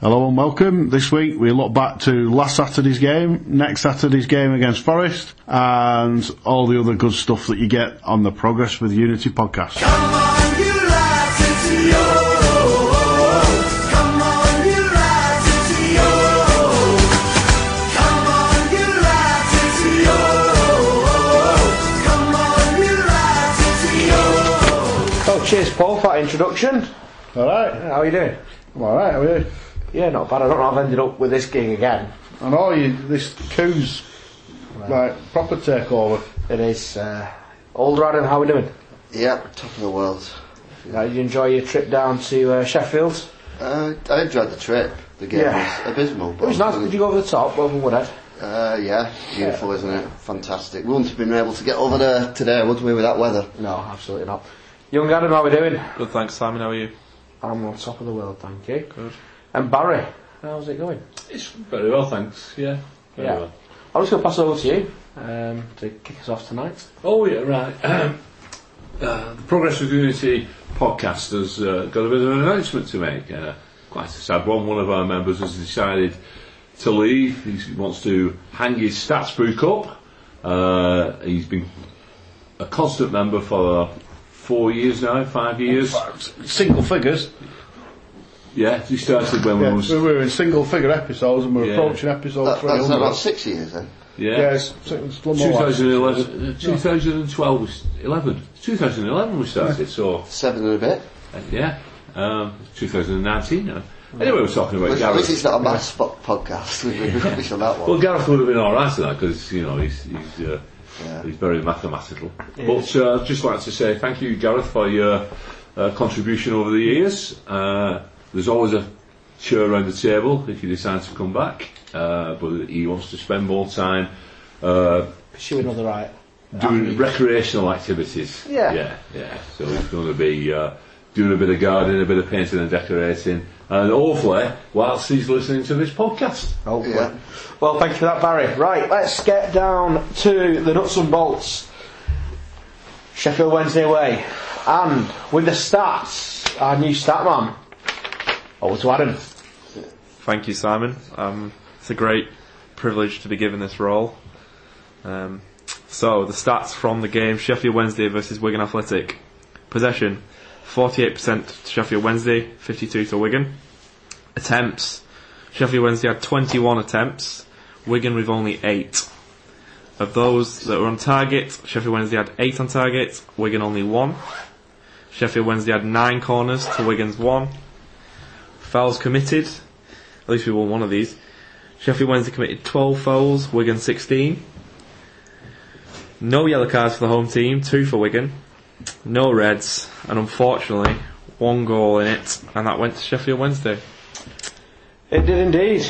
Hello and welcome. This week we look back to last Saturday's game, next Saturday's game against Forest, and all the other good stuff that you get on the Progress with Unity podcast. Come on, you lads, it's yo. Come on, you lads, it's yo. Come on, you lads, it's yo. Come on, you lads, it's yo. Oh, cheers, Paul, for that introduction. All right, How are you doing? I'm all right. How are you? Yeah, not bad. I don't know. I've ended up with this gig again. I know you. This coos like proper takeover. It is uh, older Adam. How are we doing? Yeah, top of the world. Uh, did you enjoy your trip down to uh, Sheffield? Uh, I enjoyed the trip. The game Yeah. was abysmal. But It was nice. Did you go over the top over Woodhead? Uh, yeah, beautiful, isn't it? Fantastic. We wouldn't have been able to get over there today, would we, with that weather? No, absolutely not. Young Adam, how are we doing? Good, thanks, Simon. How are you? I'm on top of the world, thank you. Good. And Barry, how's it going? It's very well, thanks. Yeah. Very Yeah. Well. I'm just going to pass over to you um, to kick us off tonight. Oh yeah, right. Um, uh, the Progress with Unity podcast has uh, got a bit of an announcement to make. Uh, quite a sad one. One of our members has decided to leave. He's, he wants to hang his stats book up. Uh, he's been a constant member for four years now, five years. Single figures. Yeah, he started when Yeah, we we was were in single figure episodes, and we're Yeah. approaching episode That, that's 300. about six years then. yeah. Yes, slum 2011, 2012 was 11. 2011 we started, so Seven and a bit. Uh, yeah, um, 2019. Uh, anyway, we're talking about Which, which is Gareth. not a maths po- podcast. We've been rubbish on that Well, one. Gareth would have been all right at that because you know he's he's, uh, Yeah. he's very mathematical. But uh, I'd just like to say thank you, Gareth, for your uh, contribution over the years. Uh, there's always a chair around the table if you decide to come back, uh, but he wants to spend more time. Uh, Pursuing other right. doing recreational activities. Yeah. yeah, yeah. So it's going to be uh, doing a bit of gardening, a bit of painting and decorating, and hopefully whilst he's listening to this podcast. Hopefully. Yeah. Oh, Well, thank you for that, Barry. Right, let's get down to the nuts and bolts. Sheffield Wednesday away. And with the stats, our new stat man. Over to Adam. Thank you, Simon. Um, it's a great privilege to be given this role. Um, so, the stats from the game Sheffield Wednesday versus Wigan Athletic. Possession 48% to Sheffield Wednesday, 52 to Wigan. Attempts Sheffield Wednesday had 21 attempts, Wigan with only 8. Of those that were on target, Sheffield Wednesday had 8 on target, Wigan only 1. Sheffield Wednesday had 9 corners to Wigan's 1. Fouls committed, at least we won one of these. Sheffield Wednesday committed 12 fouls, Wigan 16. No yellow cards for the home team, two for Wigan. No reds, and unfortunately, one goal in it, and that went to Sheffield Wednesday. It did indeed.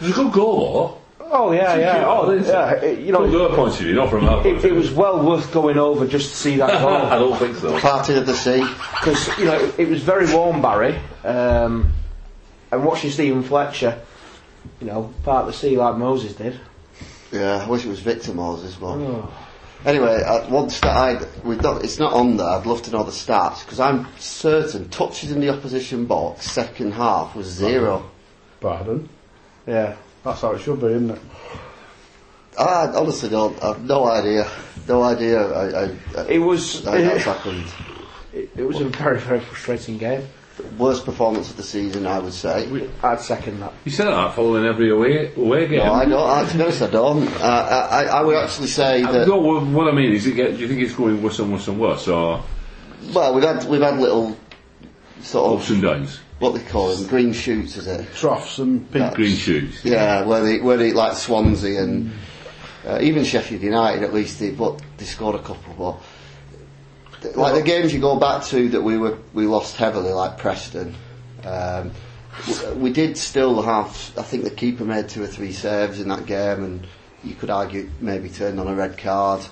There's a good goal, Oh, yeah, yeah. Oh, yeah. It, you though. From know, their point of view, not from our point of it, it view. was well worth going over just to see that goal. I don't think so. Parting of the sea. because you know it, was very warm, Barry, um, and watching Stephen Fletcher, you know, part of the sea like Moses did. Yeah, I wish it was Victor Moses more. Oh. Anyway, uh, one stat I, we've not, it's not on there. I'd love to know the stats because I'm certain touches in the opposition box second half was zero. Pardon. Yeah, That's how it should be, isn't it? I Ah, honestly don't. I've no idea. No idea. I, I, I, it was I, that's it, happened. it was a very very frustrating game. Worst performance of the season, I would say. I'd second that. You said that following every away away game. No, I don't. I, to be honest, I don't. Uh, I, I, I would actually say Uh, that. no, wha- what I mean is, it get, do you think it's going worse and worse and worse, or Well, we've had we've had little sort ups of and downs, what they call them green shoots, is it? Troughs and peaks. green shoots? Yeah, where they where they like Swansea and uh, even Sheffield United. At least they but they scored a couple, but th- like the games you go back to that we were we lost heavily, like Preston. Um, w- we did still have. I think the keeper made two or three saves in that game, and you could argue maybe turned on a red card.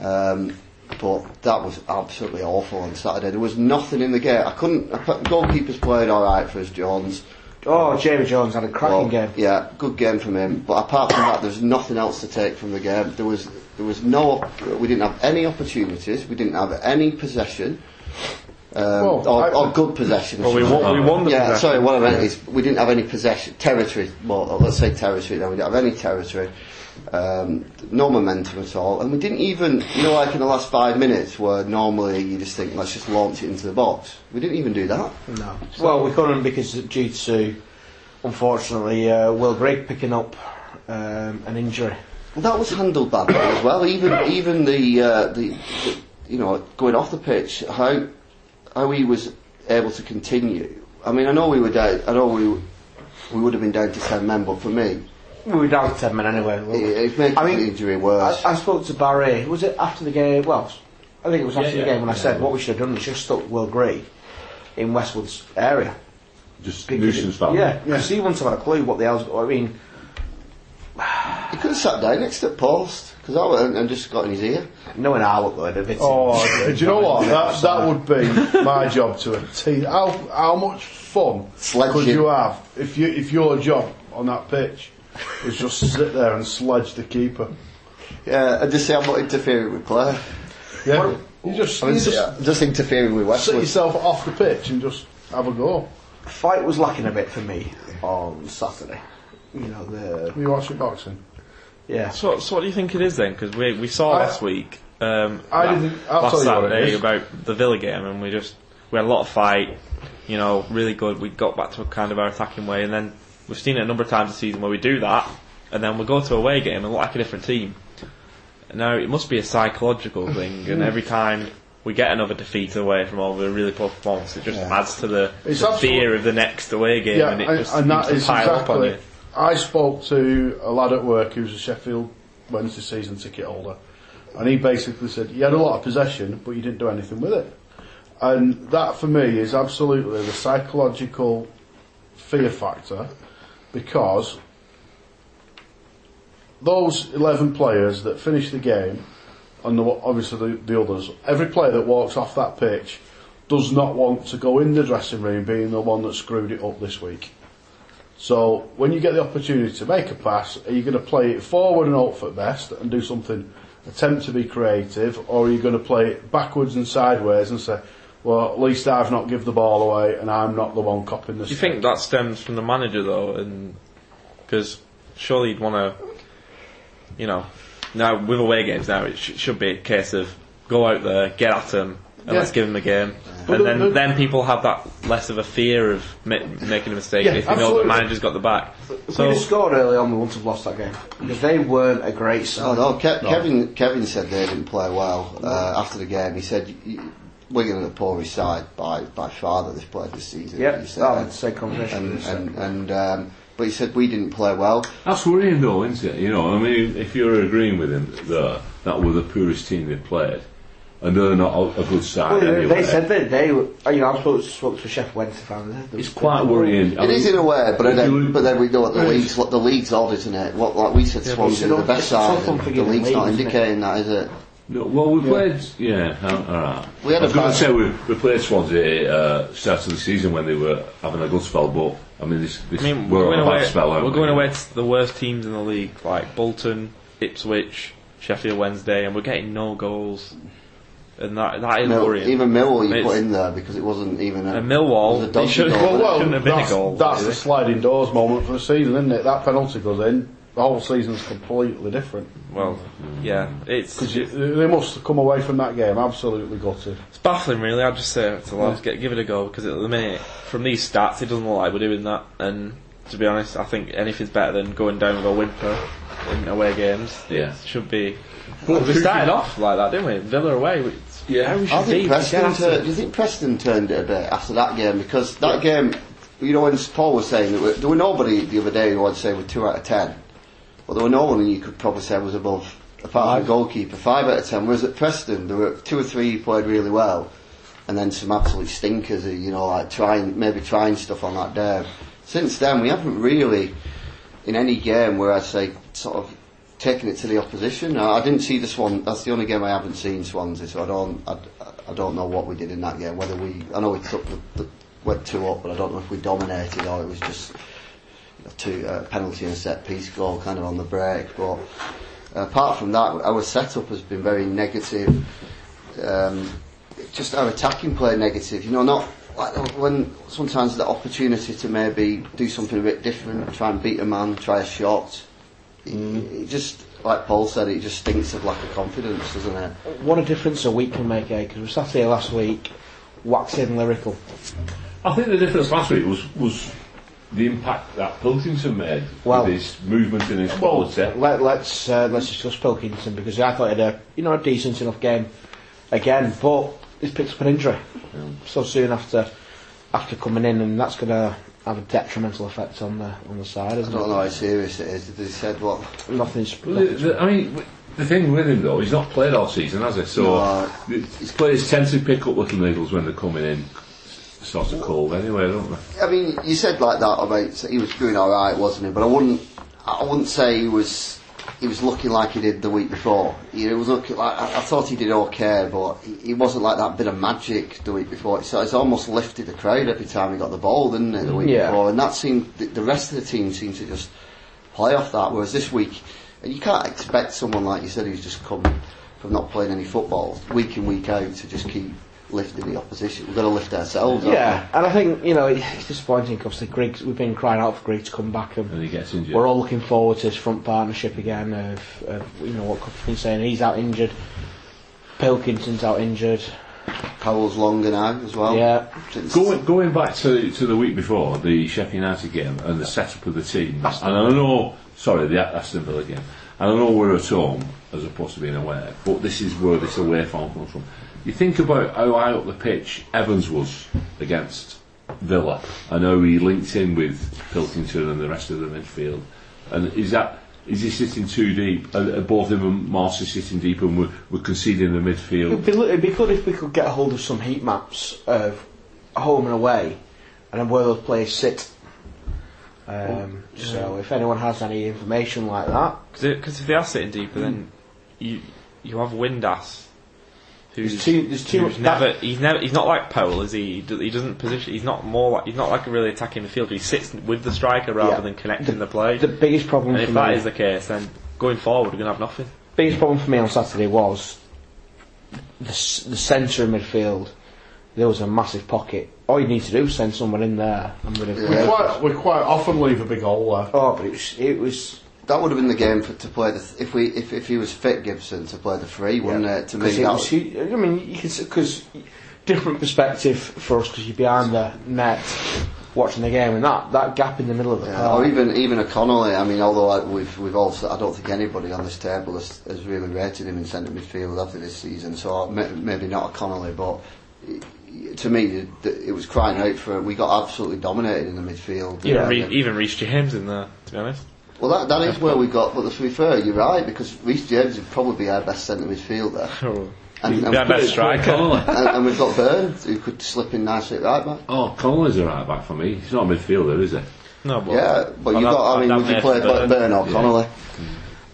Um, but that was absolutely awful on Saturday. There was nothing in the game. I couldn't. I, cou- goalkeepers played all right for us, Jones. Oh, Jamie Jones had a cracking Well, game. Yeah, good game from him. But apart from that, there's nothing else to take from the game. There was there was no. We didn't have any opportunities. We didn't have any possession. um, Well, or, I- or good possession. I Well, we should say. won, we won the yeah, possession. sorry, what I meant is we didn't have any possession, territory, more, let's say territory, no, we didn't have any territory, um, no momentum at all, and we didn't even, you know, like in the last five minutes where normally you just think, let's just launch it into the box. We didn't even do that. No. Well, we couldn't because due to, unfortunately, uh, Will Grigg picking up um, an injury. Well, that was handled badly as well. Even even the, uh, the, the you know going off the pitch, how how he was able to continue. I mean, I know we were down. I know we we would have been down to ten men, but for me, We were down ten men anyway. weren't it, we? it made I mean, the injury worse. I, I spoke to Barry. Was it after the game? Well, I think it was after yeah, the game when I said what we should have done is just stuck Will Grigg in Westwood's area. Just Because- nuisance value. Yeah, because he wouldn't have had a clue what the hell's. I mean, he could have sat down next to the post because I went and just got in his ear. knowing our luck, though, they'd have Oh, do you know what? That, that would be my job to a T. How, how much fun Sledge could it. you have if, you, if your job on that pitch was just to sit there and sledge the keeper? Yeah, and just say I'm not interfering with Claire. Yeah. You just, I mean, you just, just just interfering with sit Westwood. yourself off the pitch and just have a go. Fight was lacking a bit for me on Saturday. You know the You watch it boxing. yeah. So, so what do you think it is then? Because we we saw I- last week, um, I la- didn't- I'll last tell you what it Saturday is. about the Villa game, and we just we had a lot of fight. You know, really good. We got back to a kind of our attacking way, and then we've seen it a number of times this season where we do that, and then we go to a away game and look like a different team. Now it must be a psychological thing, Mm. and every time. We get another defeat away from over a really poor performance. It just adds to the, It's the absolute- fear of the next away game, Yeah, and it just and, and that seems is to pile up on exactly. you. I spoke to a lad at work who's a Sheffield Wednesday season ticket holder, and he basically said you had a lot of possession, but you didn't do anything with it. And that for me is absolutely the psychological fear factor because those 11 players that finish the game, and the, obviously the, the others, every player that walks off that pitch does not want to go in the dressing room being the one that screwed it up this week. So when you get the opportunity to make a pass, are you going to play it forward and hope for the best and do something, attempt to be creative, or are you going to play it backwards and sideways and say, well, at least I've not give the ball away and I'm not the one copping the Do you think that stems from the manager though? And because surely you'd want to, you know, now with away games now it sh- should be a case of go out there, get at them, and Yeah. let's give them a game. But and the- then, the- then people have that less of a fear of ma- making a mistake Yeah, if they know absolutely. the manager's got the back. If So we'd have scored early on, we wouldn't have lost that game because they weren't a great Oh side. no, Ke- Kevin Kevin said they didn't play well uh, after the game. He said y- y- Wigan are the poorest side by by far that they've played this season. Yep, He said. oh, I'd say conversation. and and, and um, but he said we didn't play well. That's worrying though, isn't it? You know, I mean, if you're agreeing with him there, that were the poorest team they played, and they're not a, a good side Well, they, anyway. they said that they were. oh, You know, I spoke, spoke to Chef Wednesday fan. it's quite worrying. I It mean, is in a way, but if you then, look- but then we know what the league's what the league's odd, isn't it? What like we said, Swansea it's are the not- best it's not side. and something The in the league's not league, isn't it? indicating that, is it? No, well, we played. Yeah, uh, all right. We had I was a going bad- to say we, we played Swansea uh, start of the season when they were having a good spell, but I mean, this, this I mean, we're, we're, going on a bad away. spell. aren't we're going we? away to the worst teams in the league, like Bolton, Ipswich, Sheffield Wednesday, and we're getting no goals, and that that is Mill, worrying. even Millwall you It's- put in there because it wasn't even a, And Millwall, it was a they dodgy should- goal. Well, well, Shouldn't have been a that's, goal, that's really. the sliding doors moment for the season, isn't it? That penalty goes in, the whole season's completely different. Well, yeah, it's Because they must have come away from that game absolutely gutted. it's baffling, really. I'd just say to lads, get, give it a go because at the minute, from these stats, it doesn't look like we're doing that. And to be honest, I think anything's better than going down with a whimper in away games. Yeah. It should be. we started off like that, didn't we? Villa away. We, Yeah. how we I should be. think Preston. get at Tur- it. do you think Preston turned it a bit after that game because that game, you know, when Paul was saying that we- there were nobody the other day who I'd say were two out of ten, but there were no one you could probably say was above apart from the goalkeeper five out of ten. Whereas at Preston there were two or three who played really well, and then some absolute stinkers who you know like trying maybe trying stuff on that day. Since then we haven't really in any game where I'd say sort of taking it to the opposition. I, I didn't see the Swan. That's the only game I haven't seen Swansea, so I don't. I, I don't know what we did in that game. Whether we, I know we took the, the went two up, but I don't know if we dominated or it was just a two uh, penalty and a set piece goal kind of on the break. But uh, apart from that, our setup has been very negative. Um, just our attacking play negative. You know, not like when sometimes the opportunity to maybe do something a bit different, try and beat a man, try a shot. It, it just like Paul said, it just stinks of lack of confidence, doesn't it? What a difference a week can make, eh? Because we sat here last week waxing lyrical. I think the difference last week was was the impact that Pilkington made Well- with his movement and his quality. Let, let's uh, let's discuss Pilkington because I thought he had a you know a decent enough game again, but he's picked up an injury Um, so soon after after coming in, and that's going to have a detrimental effect on the on the side, I isn't don't it? know how serious it is. They said what? Nothing's. Well, the, the, I mean, w- the thing with him though, he's not played all season, has he? So No. the- his players tend to pick up little needles when they're coming in, sort of cold anyway, don't they? I mean, you said like that about he was doing all right, wasn't he? But I wouldn't, I wouldn't say he was. He was looking like he did the week before. He was looking like I, I thought he did okay, but he, he wasn't like that bit of magic the week before. So it's almost lifted the crowd every time he got the ball, didn't it? The week Yeah. before, and that seemed the, the rest of the team seemed to just play off that. Whereas this week, and you can't expect someone like you said who's just come from not playing any football week in week out to just keep lifting the opposition. We've got to lift ourselves. haven't we? Yeah, and I think you know it's disappointing because the Griggs we've been crying out for Griggs to come back and. And he gets injured. We're all looking forward to his front partnership again. Of, of you know what Cup's been saying, he's out injured. Pilkington's out injured. Powell's longer now as Oh. well. Yeah. Since- Going, going back to, to the week before, the Sheffield United game and the setup of the team, and I know, sorry, the Aston Villa game, and I know we're at home as opposed to being away, but this is where this away form comes from. You think about how high up the pitch Evans was against Villa, and how he linked in with Pilkington and the rest of the midfield, and is that is he sitting too deep? Are, are both him and Marcy sitting deep, and we're, we're conceding the It'd midfield? be, it'd be good if we could get hold of some heat maps of home and away, and then where those players sit. Um, Oh, so if anyone has any information like that, Because if they are sitting deeper, then you you have Windass, there's who's, too there's too who's much that- never he's never he's not like Powell, is he? He do- He doesn't position. He's not more like he's not like a really attacking midfielder. He sits with the striker rather Yeah. than connecting the, play. The biggest problem and for if me, that is the case, then going forward we're gonna have nothing. biggest problem for me on Saturday was the, s- the centre of midfield. There was a massive pocket. All you need to do is send someone in there. and we'd have Yeah. We Griggs. quite, we quite often leave a big hole there. Oh, but it was it was That would have been the game for, to play the th- if we if, if he was fit Gibson to play the three, wouldn't it? To me, Because it that was, hu- I mean, you can because different perspective for us because you're behind the net watching the game, and that, that gap in the middle of the yeah, park. or even even O'Connell. I mean, although I, we've we've also I don't think anybody on this table has, has really rated him in centre midfield after this season. So I- may- maybe not O'Connell, but it, to me, th- th- it was crying out for. We got absolutely dominated in the midfield. Yeah. Re- even Reece James in there, to be honest. Well, that, that is where we got. But to be fair, you're right because Reece James would probably be our best centre midfielder, Oh. and, and, Yeah, best striker. Connolly. and, and we've got Burns who could slip in nicely at right back. Oh, Connolly's a right back for me. He's not a midfielder, is he? No, but Yeah, but you've I'm got. I not- mean, I'm would you not play there for Blackburn Burn or Connolly?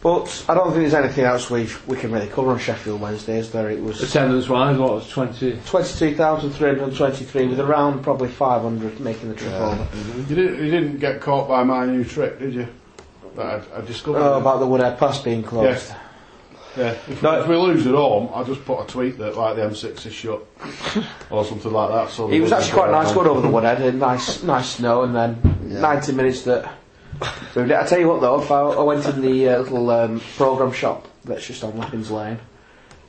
But I don't think there's anything else we we can really cover on Sheffield Wednesday, is there? It was Attendance wise, what was 20? twenty-two thousand three hundred twenty-three with around probably five hundred making the trip over. You didn't, you didn't get caught by my new trick, did you? That I, I discovered. Oh, about the Woodhead Pass being closed. Yes. Yeah. If, No. if we lose at home, I just put a tweet that like the M6 is shut or something like that. So It was actually quite a nice one over the Woodhead, a nice nice snow, and then Yeah. 90 minutes that. I tell you what though, if I, I went in the uh, little um, program shop that's just on Lappin's Lane,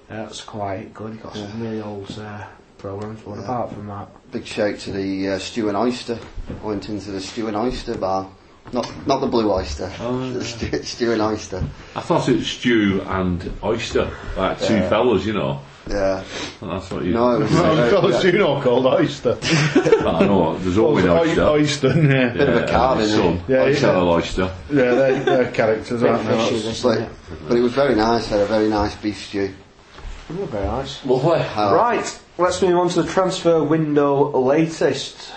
that's quite good. You've got some really old uh, programs, but apart from that, Big shout to the uh, Stew and Oyster. I went into the Stew and Oyster bar. Not not the Blue Oyster. Oh, the Stew, Stew and Oyster. I thought it was Stew and Oyster, like two fellas, you know. Yeah. That's what you No, it was a very- Well, you know, called Oyster. I know, there's always Oyster. Oy- Oyster, yeah. Yeah, bit of a carving, his son. eh? Yeah, Oyster yeah. and Oyster. Yeah, they're, they're characters, aren't they? fishy, That's- isn't but, it? but it was very nice. Had a very nice beef stew. Ooh, very nice. Lovely. Uh, Right, let's move on to the transfer window latest.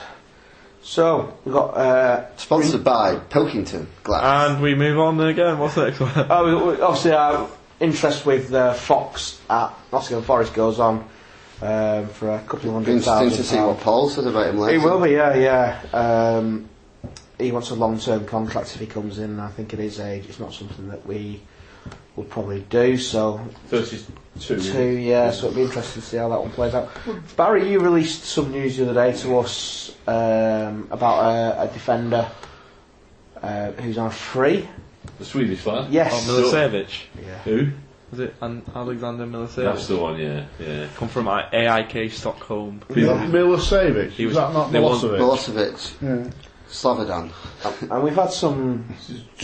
So we've got uh, Sponsored by Pilkington Glass. And we move on again. What's the next one? Oh, we- we- obviously our interest with uh, Fox at Nottingham Forest goes on um, for a couple of Be hundred interesting thousand. to see pounds. what Paul said about him later. He will be, yeah, yeah. Um, he wants a long-term contract if he comes in, and I think it is age. It's not something that we will probably do. So 32. two, yeah. So it'll be interesting to see how that one plays out. Barry, you released some news the other day to us um, about a, a defender uh, who's on free. The Swedish lad. Yes. Oh, Mil- Milicevic. Who? Was it An- Alexander That's Milicevic? the one, yeah. yeah. Come from uh, AIK Stockholm. Milosevic, He is was- that not they want- Milosevic? Milosevic, Yeah. Slavadan. And we've had some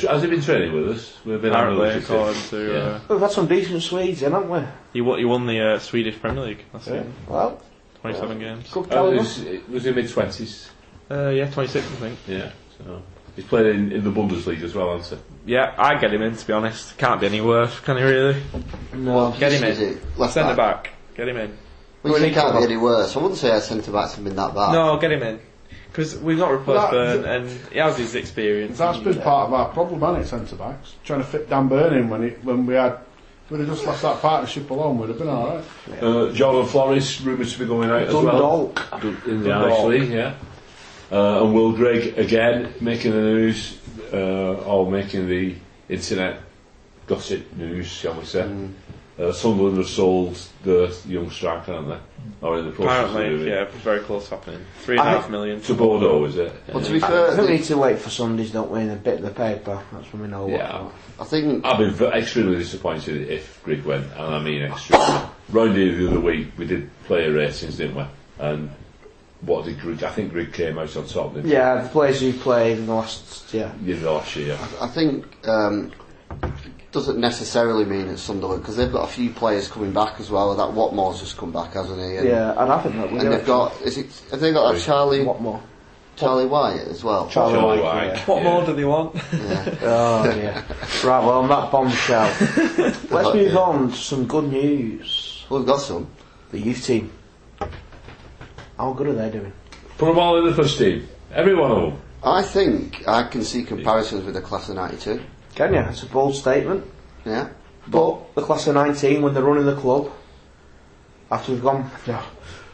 Has he been training with us? We've been Apparently, analytical. according to. Uh, we've had some decent Swedes in, haven't we? he, won, he won the uh, Swedish Premier League last season. Well, 27 games. good Oh, caliber. he's- he was in mid 20s. Uh, yeah, 26, I think. Yeah. So he's played in, in the Bundesliga as well, hasn't Yeah, I get him in, to be honest. Can't be any worse, can he really? No. Get him Is in. it left Centre back? back. Get him in. Well, Well, you he can't can't. be any worse. I wouldn't say our centre backs have been that bad. No, get him in. Because we've not That- replaced Byrne, and he has his experience. That's been part of our problem, hasn't it, centre backs? Trying to fit Dan Burn in when, it, when we had. We'd have just left that partnership alone, we'd have been alright. he? Uh, Jordan Flores, rumoured to be going out as well. Dundalk. Dun- In the Irish League, yeah. Uh, and Will Gregg again making the news, uh, or making the internet gossip news, shall we say. Uh, Sunderland have sold the young striker, haven't they? Or in the process of doing Apparently, it. yeah, very close happening. Three and a I- half million. To Bordeaux, is it? But to Yeah. be I fair, think we the- need to wait for Sundays, don't we, and a bit of the paper. That's when we know what. Yeah. I think I'd be ve- extremely disappointed if Grig went, and I mean extremely. Round here the other week, we did player ratings, didn't we? And what did Grig? I think Grig came out on top. Didn't Yeah, the players who played in the last, yeah. He? Yeah, last year. I think um, doesn't necessarily mean it's Sunderland because they've got a few players coming back as well. That Watmore's just come back, hasn't he? And, Yeah, and I think that we And they've got is it? Have they got a Charlie What more? Charlie Wyatt as well? Charlie Charlie White, White. yeah. Yeah. What more do they want? Oh, yeah. right, well, on that bombshell, let's move Yeah. on to some good news. We've got some. The youth team. How good are they doing? Put them all in the first team. Every one of them. I think I can see comparisons with the class of '92. Can you? It's a bold statement. Yeah, But the class of 19, when they're running the club, after we've gone. Yeah.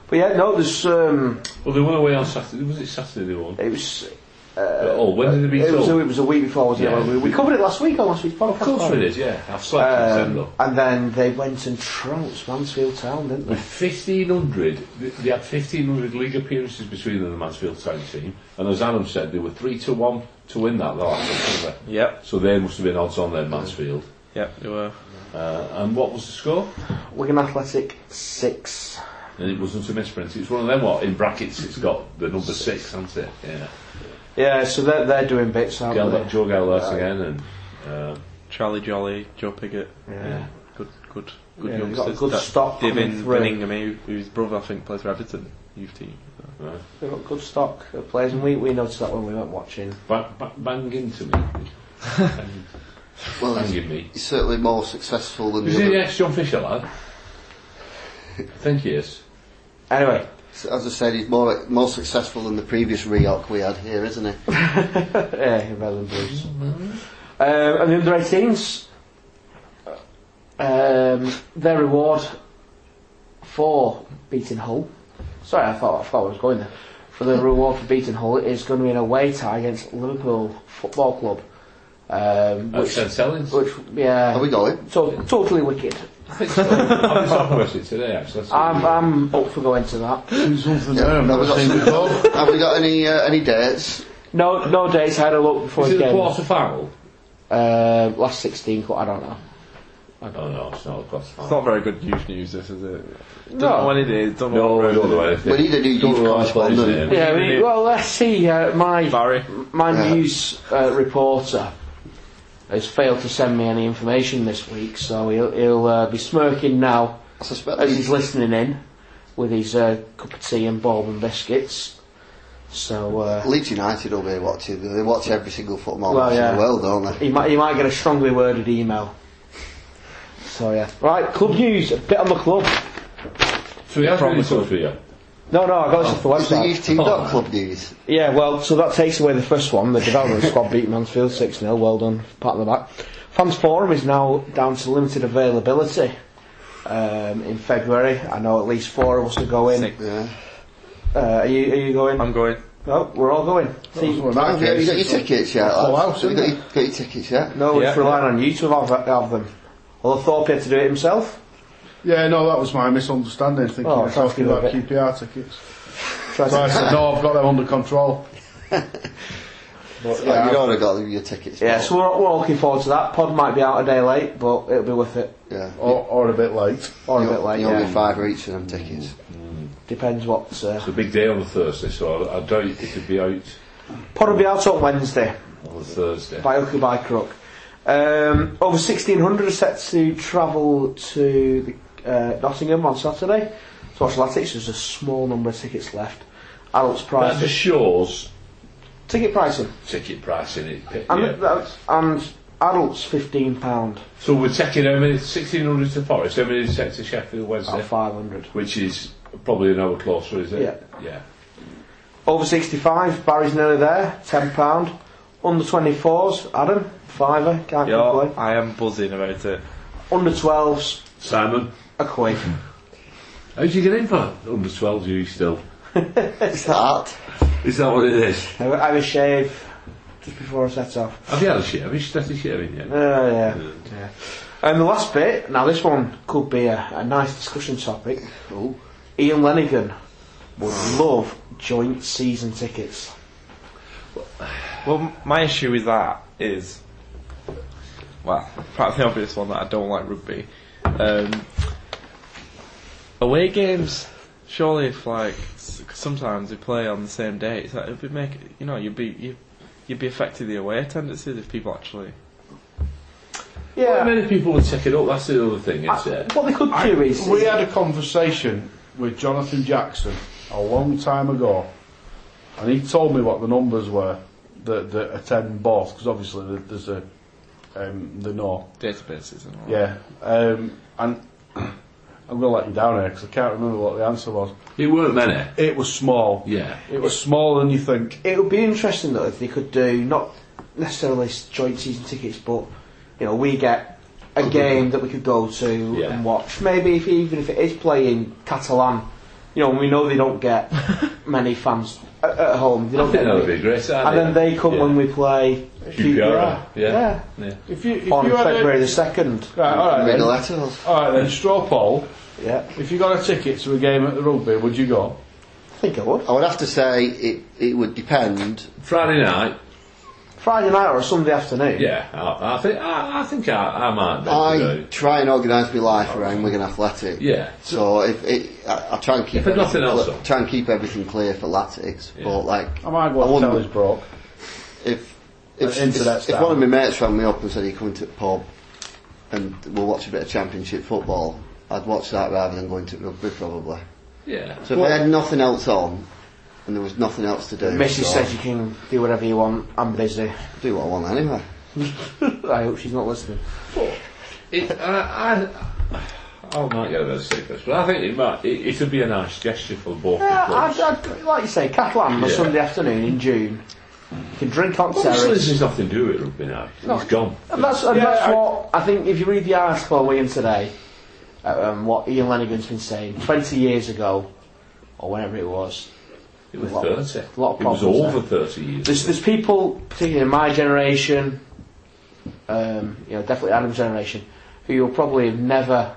But yeah, no, there's. Um, Well, they went away on Saturday. Was it Saturday they won? it was. oh, when did they beat Uh, It was, a, Hull? it was a week before, wasn't Yeah. it? We, we covered it last week on last week's podcast. Of course we did, yeah. I've slept since then, Um, though. and then they went and trounced Mansfield Town, didn't With they? 1,500, they they had 1,500 league appearances between them and the Mansfield Town team. And as Adam said, they were 3 to 1 to win that last week, weren't they? Yep, So they must have been odds on their Mansfield. yep, they were. Uh, and what was the score? Wigan Athletic, six. And it wasn't a misprint. It's one of them what in brackets it's got the number six, hasn't it? Yeah. Yeah, so they're, they're doing bits, aren't Gal- they? Joe Gallas again and uh, Charlie Jolly, Joe Piggott. Yeah. Good, good, good Yeah, we've youngsters. got a good That stock coming Divin through. Binningham, who- whose brother I think plays for Everton youth team. right. They've got good stock of players, and we, we noticed that when we weren't watching. ba- ba- banging to me. Bang- well, he's, banging me. he's certainly more successful than Is the he the other. ex John Fisher lad? I think he is. Anyway, As I said, he's more more successful than the previous Rioch we had here, isn't he? yeah, in Redland Blues. Um, and the under 18s, um, their reward for beating Hull. Sorry, I thought I thought I was going there. For the reward for beating Hull is going to be an away tie against Liverpool Football Club, um, At which, Uh, St Helens. which yeah, Are we going? to- totally wicked. I think so. I've been talking about it today actually. That's I'm what I'm up for going to that. Something Yeah, there I've have, we never got seen before. some, have we got any uh, any dates? No, no dates. I had a look before is the it the game. quarter final? Uh, last 16, qu- I don't know. I don't know, it's not a quarter It's final. not very good youth news, this is it? Don't No. know when it is. Don't know No, what we don't know road it is. anything. We need a new Don't youth know our players' correspondent. names. Yeah, I mean, well, let's see. Uh, my Barry. my Yeah. news uh, reporter has failed to send me any information this week, so he'll, he'll uh, be smirking now I suspect as he's he's, listening in with his uh, cup of tea and bourbon biscuits. So uh, Leeds United will be watching. They watch every single football Well, match yeah. in the world, don't they? he might he might get a strongly worded email. So yeah, right. Club news. A bit on the club. So he has been in Promise. touch with you. No, no, I got this off the Oh. It's Oh, the website. youth team dot club news. Yeah, well, so that takes away the first one. The development squad beat Mansfield 6 0. Well done, pat on the back. Fans Forum is now down to limited availability um, in February. I know at least four of us are going. Six. Um, Yeah. Uh, are, you, are you going? I'm going. no, we're all going. See, Well, in Have that you, have you case, got your it's- tickets yet? Full lads? house, Have you got isn't your, got your tickets yet? Oh, no, we're Yeah. relying on you to have, have them. Although Thorpe had to do it himself. Yeah, no, that was my misunderstanding, thinking Oh, you were talking that's about good. QPR tickets. Tried So I to- said, no, I've got them under control. But, Like, yeah, you'd already got your tickets. yeah, bought. so we're, we're looking forward to that. Pod might be out a day late, but it'll be worth it. yeah. or, or a bit late. Or a You'll- bit late, You'll yeah. Mm. be five for each of them tickets. Depends what. Uh, It's a big day on a Thursday, so I, I doubt it could be out pod will be out on Wednesday. on a Thursday. by hook or by crook. Um, over 1600 are set to travel to the, uh, Nottingham on Saturday to watch Latics. There's a small number of tickets left. Adults That price. just shows ticket pricing. ticket pricing. It, And, yeah. that- and adults £15 so we're taking how many? 1600 to Forest, how many set to Sheffield out Wednesday? of 500 Which is probably an hour closer, is it? Yeah. Yeah. Over 65, Barry's nearly there, £10. Under 24s, Adam, fiver, can't Yeah, complain. I am buzzing about it. Under 12s, Simon, a quid. how'd you get in for under 12? You still? It's that. Is that what it is? I have a shave just before I set off. Have you had a share? Have you started sharing yet? Oh, yeah. yeah. And the last bit, now this one could be a, a nice discussion topic. Oh. Ian Lenigan would love joint season tickets. Well, m- my issue with that is, well, perhaps the obvious one that I don't like rugby. Um, away games, surely if like s- sometimes we play on the same day, it's like, it would make you know you'd be you, you'd be affecting the away tendencies if people actually. Not Yeah. Many people would take it up, that's the other thing, is I, it? Uh, what they could I- do is. we had a conversation with Jonathan Jackson a long time ago, and he told me what the numbers were that, that attend both, because obviously there- there's a um, the no. Databases and all that. Yeah, um, and I'm going to let you down here because I can't remember what the answer was. It weren't many. It was small. Yeah. It was smaller than you think. It would be interesting though if they could do not necessarily s- joint season tickets, but you know we get a game that we could go to Yeah. and watch. Maybe if even if it is playing Catalan, you know, and we know they don't get many fans at, at home. They I don't get think that would many- be great. And then they come when we play QPR. QPR. Yeah. Yeah. Yeah. If you, if On you had a- February the 2nd. right, all right, Read then. the letters. all right then. Straw poll. Yeah. If you got a ticket to a game at the rugby, would you go? I think I would. I would have to say it, it would depend. Friday night. Friday night or a Sunday afternoon. Yeah, I, I think I, I think I, I might. be able to I do. try and organise my life around Wigan Athletic. Yeah. So if it, I, I try and keep If it's nothing everything else, cle- though. try and keep everything clear for Latics. But like, I might go. and tell wouldn't- he's broke. if Uh, if, internet if, if style. one of my mates rang me up and said he coming to the pub and we'll watch a bit of championship football, I'd watch that rather than going to rugby probably. Yeah. So if I had nothing else on and there was nothing else to do, Missy so says you can do whatever you want. I'm busy. I'd do what I want anyway. I hope she's not listening. It, I, I, I might get a bit sick of this, but I think it might. It, it'd be a nice gesture for both. Yeah, clubs. I'd, I'd, like you say, Catalan on a Yeah. Sunday afternoon in June. You can drink on Obviously, this terrace. has nothing to do with rugby now. It's gone. And that's, and Yeah, that's I- what I think. If you read the article on Wigan today, uh, um, what Ian Lenigan's been saying 20 years ago, or whenever it was, It was Lot- thirty. lot of it was problems over thirty years. There's, there's people, particularly in my generation, um, you know, definitely Adam's generation, who you'll probably have never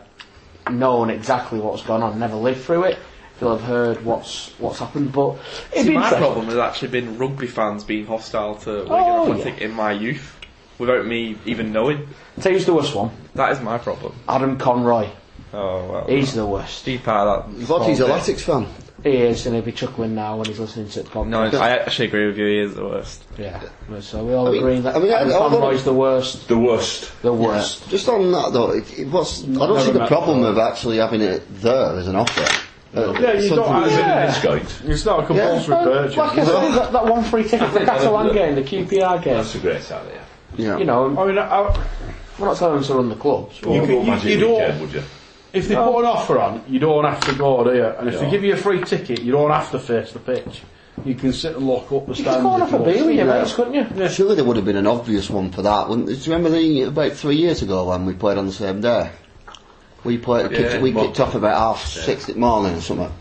known exactly what's gone on, never lived through it. You'll have heard what's what's happened, but it'd See, be my interesting. problem has actually been rugby fans being hostile to Wigan Oh, Athletic in my youth, without me even knowing. Tell you who's the worst one? That is my problem. Adam Conroy. Oh well. He's the worst. Deep out of that. Lottie's a ball. Latics fan. He is, and he'll be chuckling now when he's listening to the podcast. No, I actually agree with you. He is the worst. yeah. So we all I mean- agree that I mean, I- Adam I- I- Conroy's the worst. the worst. The worst. Just on that though, it, it was, I don't Never see the met problem before. of actually having it there as an offer. Uh, Yeah, you something- don't. As Yeah. in discount. It's not a compulsory Uh, purchase. like I said, that, that one free ticket for the Catalan game, the QPR game. That's a great idea. yeah. You know, I mean, I, we're not telling them to run the clubs. You could- you- you'd all- would you? if they put an offer on, you don't have to go, do you? And if Yeah. they give you a free ticket, you don't have to face the pitch. You can sit and lock up the You stand. could have gone if off a you want. beer with your mates, couldn't you? Surely there would have been an obvious one for that, wouldn't there? Do you remember the, about three years ago when we played on the same day? We played, kicked, Yeah, we well- kicked off about half six in the morning or something.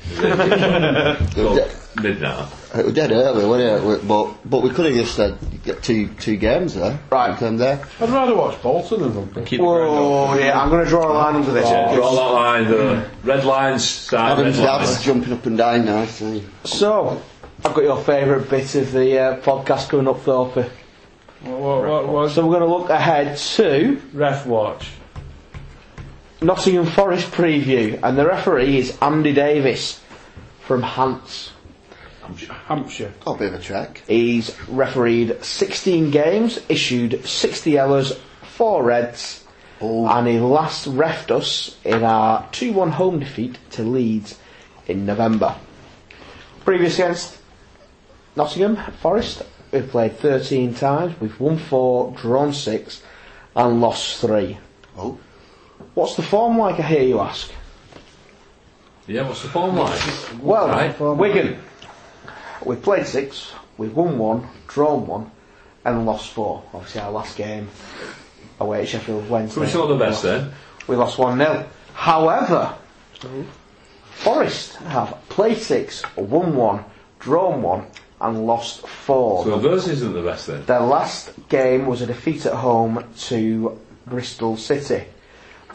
Look, midnight. It was dead early, wasn't it? We- But but we could have just said you get two two games there. Right. You come there. I'd rather watch Bolton than Rugby. Keep the ground up. Whoa, Oh, yeah, I'm going to draw a line under this. Yeah, draw that line, the red lines, start red Adam's dad's lines. jumping up and down now. So So, I've got your favourite bit of the uh, podcast coming up, Thorpe. What, what, what, what's So we're going to look ahead to ref watch? Nottingham Forest preview, and the referee is Andy Davis from Hants. Hampshire. got a Oh, bit of a trek. He's refereed 16 games, issued 60 yellows, 4 reds, Oh. and he last refed us in our 2 1 home defeat to Leeds in November. Previous against Nottingham Forest, we've played 13 times, we've won 4, drawn 6, and lost 3. Oh. What's the form like, I hear you ask? Yeah, what's the form like? Well, Right. Wigan. We've played six, we've won one, drawn one, and lost four. Obviously, our last game away at Sheffield Wednesday. So it's not the best eh? we lost- We then. lost 1 0. However, Forest have played six, won one, drawn one, and lost four. So those isn't the best then. Their last game was a defeat at home to Bristol City.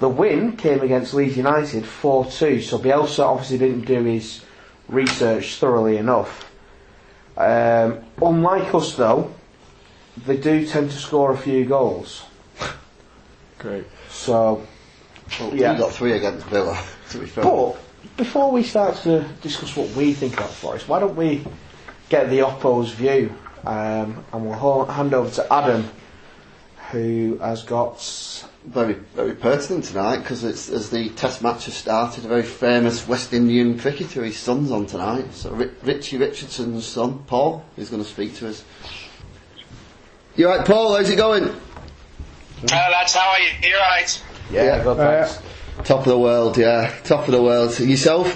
The win came against Leeds United 4 2, so Bielsa obviously didn't do his research thoroughly enough. Um, unlike us, though, they do tend to score a few goals. Great. So, Well, Yeah. We got three against Villa. To be fair. but before we start to discuss what we think about Forest, why don't we get the Oppo's view? Um, and we'll ho- hand over to Adam, who has got very very pertinent tonight because it's as the Test match has started. A very famous West Indian cricketer, his son's on tonight. So Ri- Richie Richardson's son, Paul, is going to speak to us. You right, Paul? How's it going? Uh, that's how I. You're right. Yeah, Yeah. good thanks. Uh, Top of the world, yeah. Top of the world. Yourself?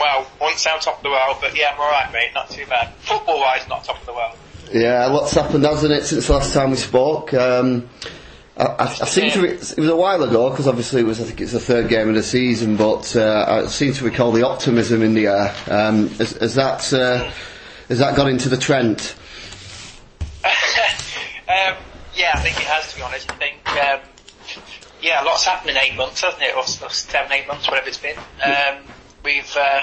Well, won't sound top of the world, but yeah, I'm alright, mate. Not too bad. Football wise, not top of the world. Yeah, lots happened, hasn't it, since the last time we spoke? Um, I, I, I seem to. Re- it was a while ago because obviously it was. I think it's the third game of the season, but uh, I seem to recall the optimism in the air. Um, has, has that uh, has that got into the Trent? um, yeah, I think it has, to be honest. I think, um, yeah, a lot's happened in eight months, hasn't it? Or, s- or seven, eight months, whatever it's been. Um, we've uh,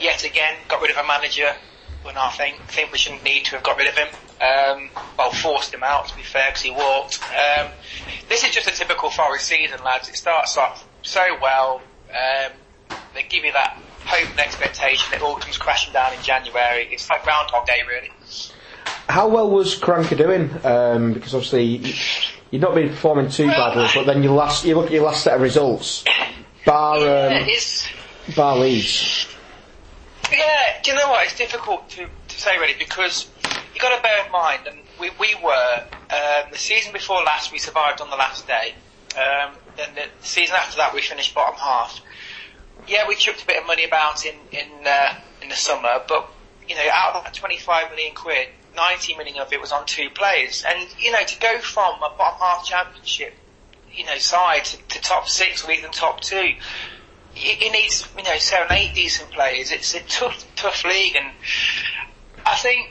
yet again got rid of a manager when I think, think we shouldn't need to have got rid of him. Um, well, forced him out, to be fair, because he walked. Um, this is just a typical Forest season, lads. It starts off so well. Um, they give you that hope and expectation. It all comes crashing down in January. It's like Groundhog Day, really. How well was Kranka doing? Um, because obviously y- you've not been performing too badly, but then you last you look at your last set of results, bar um, It's- bar Leeds. Yeah, do you know what? It's difficult to, to say really because you got to bear in mind, and we, we were um, the season before last we survived on the last day. Um, then the season after that we finished bottom half. Yeah, we chucked a bit of money about in in uh, in the summer, but you know, out of that 25 million quid, 90 million of it was on two players, and you know, to go from a bottom half championship, you know, side to, to top six or even top two it, it needs you know seven, eight decent players. It's a tough, tough league, and I think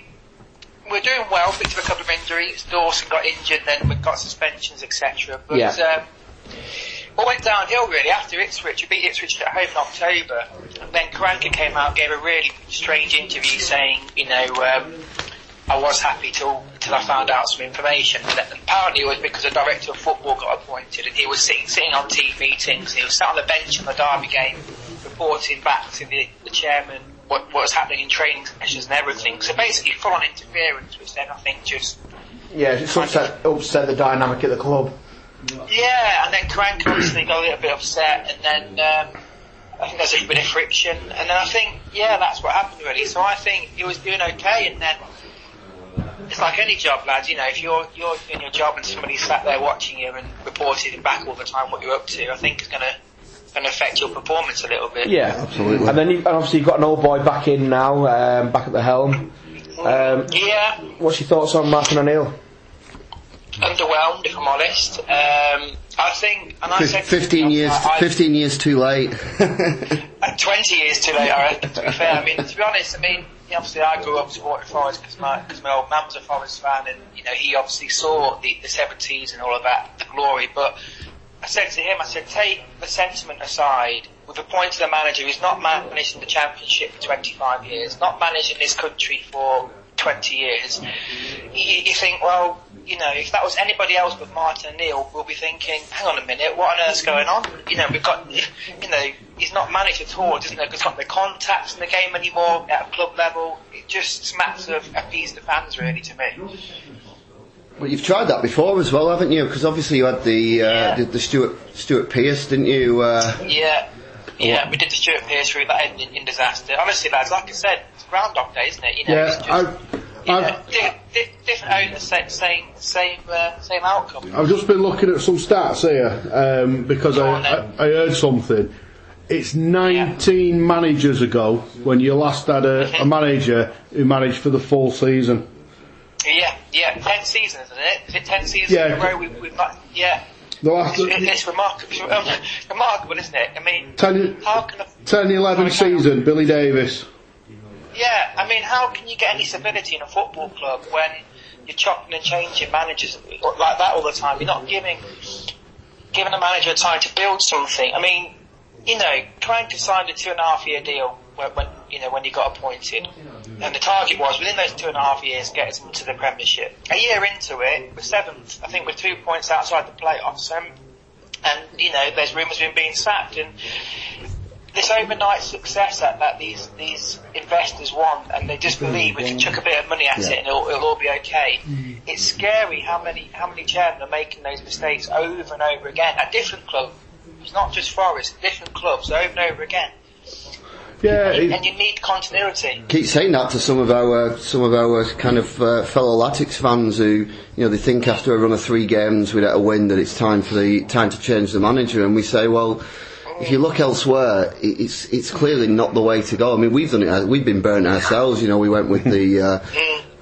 we're doing well. We took a couple of injuries. Dawson got injured, then we got suspensions, etc. But Yeah. um, all went downhill really after Ipswich. We beat Ipswich at home in October. Then Karanka came out, gave a really strange interview saying, you know, um, I was happy till till I found out some information. And that- apparently it was because the director of football got appointed and he was sitting, sitting on team meetings. He was sat on the bench in the derby game, reporting back to the, the chairman what, what was happening in training sessions and everything. So basically full on interference, which then I think just Yeah, it's upset upset the dynamic at the club. Yeah, and then Crank obviously got a little bit upset, and then um, I think there's a bit of friction, and then I think yeah, that's what happened really. So I think he was doing okay, and then it's like any job, lads. You know, if you're you're doing your job and somebody sat there watching you and reporting back all the time what you're up to, I think it's gonna gonna affect your performance a little bit. Yeah, absolutely. And then you, and obviously you've got an old boy back in now, um, back at the helm. Um, Yeah, what's your thoughts on Martin O'Neill? underwhelmed if I'm honest. Um, I think, and I said, Fifteen years, I- I- fifteen years too late. Uh, 20 years too late, I reckon, to be fair. I mean, to be honest, I mean, yeah, obviously I grew up supporting Forest because my, cause my old man was a Forest fan and, you know, he obviously saw the, the 70s and all of that, the glory, but I said to him, I said, take the sentiment aside, we've appointed a manager who's not managed the championship for 25 years, not managing this country for 20 years. You, you think, well, you know, if that was anybody else but Martin O'Neill, we'll be thinking, hang on a minute, what on earth's going on? You know, we've got, you know, he's not managed at all, doesn't he? He's got the contacts in the game anymore at a club level. It just smacks of appease the fans, really, to me. Well, you've tried that before as well, haven't you? Because obviously you had the uh, Yeah. the, the Stuart Stuart Pearce, didn't you? Uh, Yeah, yeah, we did the Stuart Pearce route that ended in, in disaster. Honestly, lads, like I said, it's Groundhog Day, isn't it? You know, Yeah, it's just, I've, you know, I've, di- di- different owners, same, same, same, uh, same outcome. I've just been looking at some stats here um, because I, Go on then. I, I heard something. It's 19 managers ago when you last had a, a manager who managed for the full season. Yeah, yeah, ten seasons, isn't it? Is it ten seasons in Yeah. a row? We, we've not, yeah. The It's, last it's remarkable, it's um, remarkable, isn't it? I mean, 10, how can a, 10 11 season, Billy Davis. yeah? I mean, how can you get any civility in a football club when you're chopping and changing managers like that all the time? You're not giving giving a manager time to build something. I mean, you know, trying to sign a two and a half year deal when, when you know when you got appointed, and the target was within those two and a half years get us into the Premiership. A year into it, we're seventh. I think we're two points outside the playoffs, um, and you know, there's rumours of him being sacked and. This overnight success that, that these these investors want, and they just believe if you chuck a bit of money at it and it'll, it'll all be okay. It's scary how many how many chairmen are making those mistakes over and over again at different clubs. It's not just Forest, different clubs over and over again. Yeah, And it, you need continuity. keep saying that to some of our some of our kind of uh, fellow Latics fans who you know they think after a run of three games without a win that it's time for the time to change the manager, and we say, well. If you look elsewhere, it- it's it's clearly not the way to go. I mean, we've done it. uh, We've been burnt ourselves. You know, we went with the uh,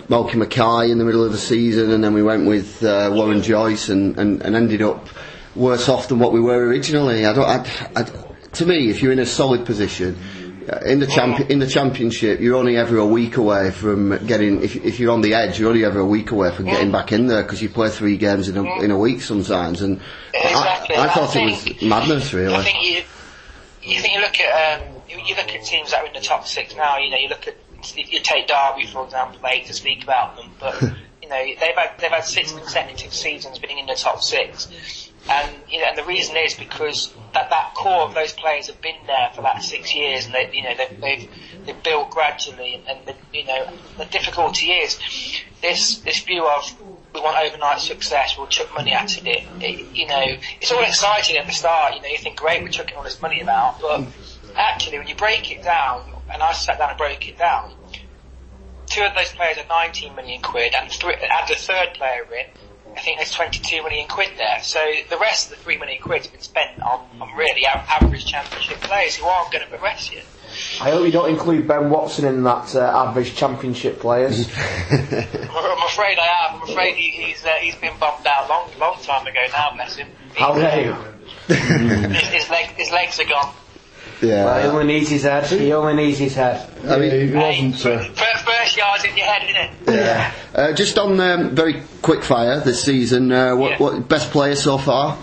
Malcolm Mackay in the middle of the season, and then we went with uh, Warren Joyce, and, and, and ended up worse off than what we were originally. I don't. I, I, to me, if you're in a solid position, uh, in the champ- Oh. in the championship, you're only ever a week away from getting. If, if you're on the edge, you're only ever a week away from getting back in there because you play three games in a, in a week sometimes. And Exactly. I, I I thought it think- was madness, I really. think you you think you look at um, you, you look at teams that are in the top six now. You know, you look at you take Derby for example. They hate to speak about them, but you know they've had they've had six consecutive seasons being in the top six, and you know and the reason is because that that core of those players have been there for that six years, and they you know they've they've, they've built gradually, and, and the, you know the difficulty is this this view of we want overnight success, we'll chuck money at it. It, it- You know, it's all exciting at the start, you know, you think, great, we're chucking all this money about, but actually when you break it down, and I sat down and broke it down, two of those players are 19 million quid, and three, add the third player in, I think there's 22 million quid there. So the rest of the 3 million quid has been spent on, on really av- average championship players who aren't going to progress you. I hope you don't include Ben Watson in that uh, average championship players. I'm afraid I have. I'm afraid he, he's, uh, he's been bumped out long, long time ago now, bless him. How dare you? his, his, leg, his legs are gone. Well, he Yeah, only needs his head. He only needs his head. I mean, it wasn't. Uh, First, first yards in your head, isn't it? yeah. Uh, just on um, very quick fire this season. Uh, what, Yeah. what best player so far?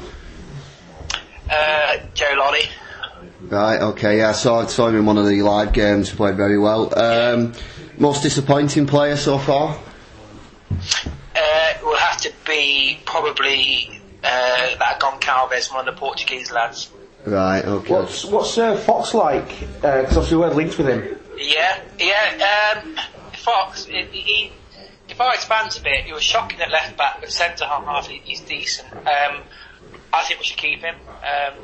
Uh, Joe Lolly. Right. Okay. Yeah. I saw saw him in one of the live games. Played very well. Um, most disappointing player so far. Uh, will have to be probably uh, that Goncalves, one of the Portuguese lads. Right. Okay. What's what's uh, Fox like? Because obviously we're linked with him. Yeah, yeah. Um, Fox, he, he, if I expand a bit, he was shocking at left back, but centre half, he, he's decent. Um, I think we should keep him. Um,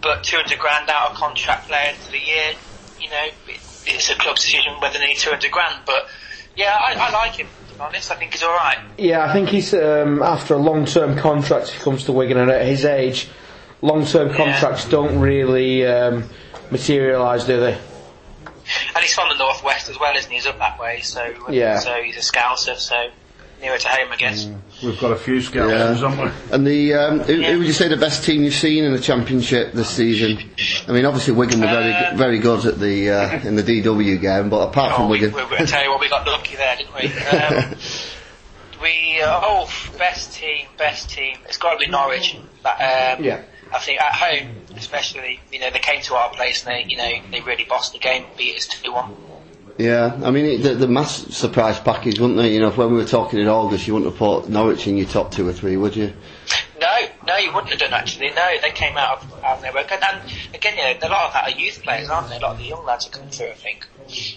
but 200 grand out of contract player for the year, you know, it, it's a club decision whether they need 200 grand. But yeah, I, I like him. To be honest, I think he's all right. Yeah, I think he's um, after a long term contract. If he comes to Wigan, and at his age, long term contracts don't really um, materialise, do they? And he's from the northwest as well, isn't he? He's up that way, so Yeah. so he's a scouser. So nearer to home, I guess. We've got a few skeletons, Yeah. haven't we? And the um, who, who would you say the best team you've seen in the championship this season? I mean, obviously Wigan were very Uh, very good at the uh, in the DW game, but apart Oh, from we, Wigan, we, I tell you what, we got lucky there, didn't we? Um, we uh, oh, best team, best team. It's got to be Norwich. But, um, Yeah. I think at home, especially, you know, they came to our place and they, you know, they really bossed the game, beat us two one. yeah, I mean it, the, the mass surprise package, wouldn't they? You know, if when we were talking in August, you wouldn't have put Norwich in your top two or three, would you? No, no, you wouldn't have done actually. No, they came out of, out of their work, and, and again, you know, a lot of that are youth players, aren't they? A lot of the young lads are coming through, I think.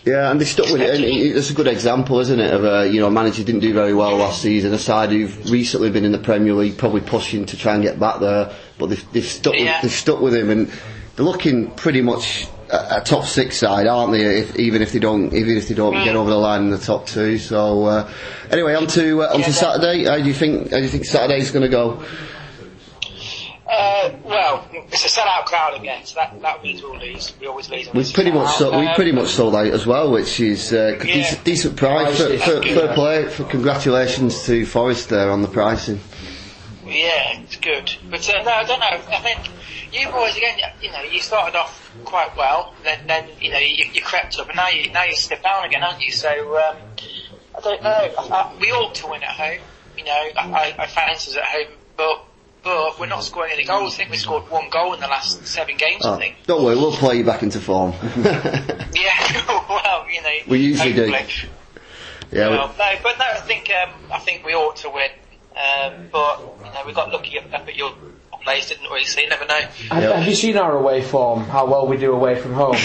Yeah, and they stuck with it. And it- it's a good example, isn't it, of a you know a manager who didn't do very well last season, a side who've recently been in the Premier League, probably pushing to try and get back there, but they've, they've stuck Yeah. with, they've stuck with him, and they're looking pretty much a, a top six side, aren't they? If, even if they don't, even if they don't Mm. get over the line in the top two. So uh, anyway, on to uh, on Yeah, to that- Saturday. How do you think? How do you think Saturday's going to go? Uh, well, it's a sellout crowd again, so that, that means we'll lose. We always lose. Um, We've pretty much sold, we pretty much sold out as well, which is uh, Yeah. decent, decent price for, Prices. for, for a play. For congratulations to Forrest there on the pricing. Yeah, it's good. But uh, no, I don't know. I think you boys again. You know, you started off quite well. Then, then you know, you, you crept up, and now you now you slip down again, aren't you? So um, I don't know. I, I, we ought to win at home. You know, I, I, I fancy us at home, but but we're not scoring any goals. I think we scored one goal in the last seven games. Oh, I think. don't worry, we'll play you back into form. Yeah. well, you know, We usually do. hopefully. yeah, we- Well, no, but no, I think um, I think we ought to win. Um, but you know, we got lucky up, up at your place, didn't we? So you never know. Have, Yeah. have you seen our away form? How well we do away from home?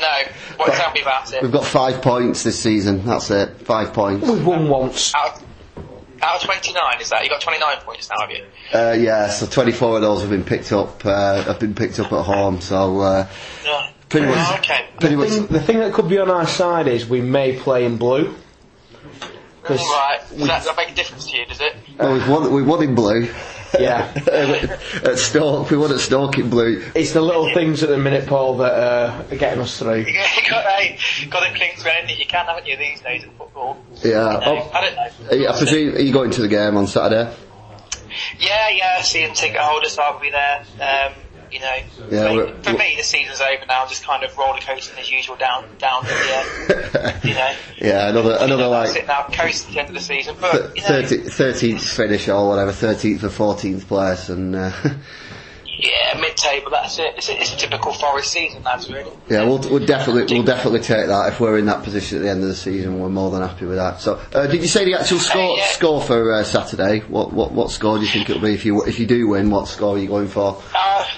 No, what tell me about we've it? got five points this season. That's it, five points. We've won once. Out, out of twenty nine, is that you got twenty nine points now? Have you? Uh, yeah, so 24 of those have been picked up. Uh, have been picked up at home. So uh, No. pretty much, Oh, okay. pretty The thing, much. the thing that could be on our side is we may play in blue. All 'Cause- right. Does that, does that make a difference to you? Does it? Well, we've won. We won in blue. Yeah. at Stoke, we won at Stoke in blue. It's the little things at the minute, Paul, that uh, are getting us through. You got hey, got to cling to anything you can, haven't you? These days in football. Yeah. No, Oh, I don't know. are you- I presume are you going to the game on Saturday? Yeah, yeah. Seeing ticket holders, I'll be there. Um, you know, Yeah, for, we're- me, for me, the season's over now. Just kind of roller coasting as usual down, down to the, uh, you know. Yeah, another another That's like it now, coast to the end of the season. th- But, you know, 30, 13th finish or whatever, 13th or 14th place, and uh, yeah, mid-table, that's it. It's a, it's a typical Forest season, that's really. yeah, we'll, we'll definitely we'll definitely take that if we're in that position at the end of the season. We're more than happy with that. So, uh, did you say the actual score yeah. score for uh, Saturday? What what what score do you think it'll be if you if you do win? What score are you going for? Uh,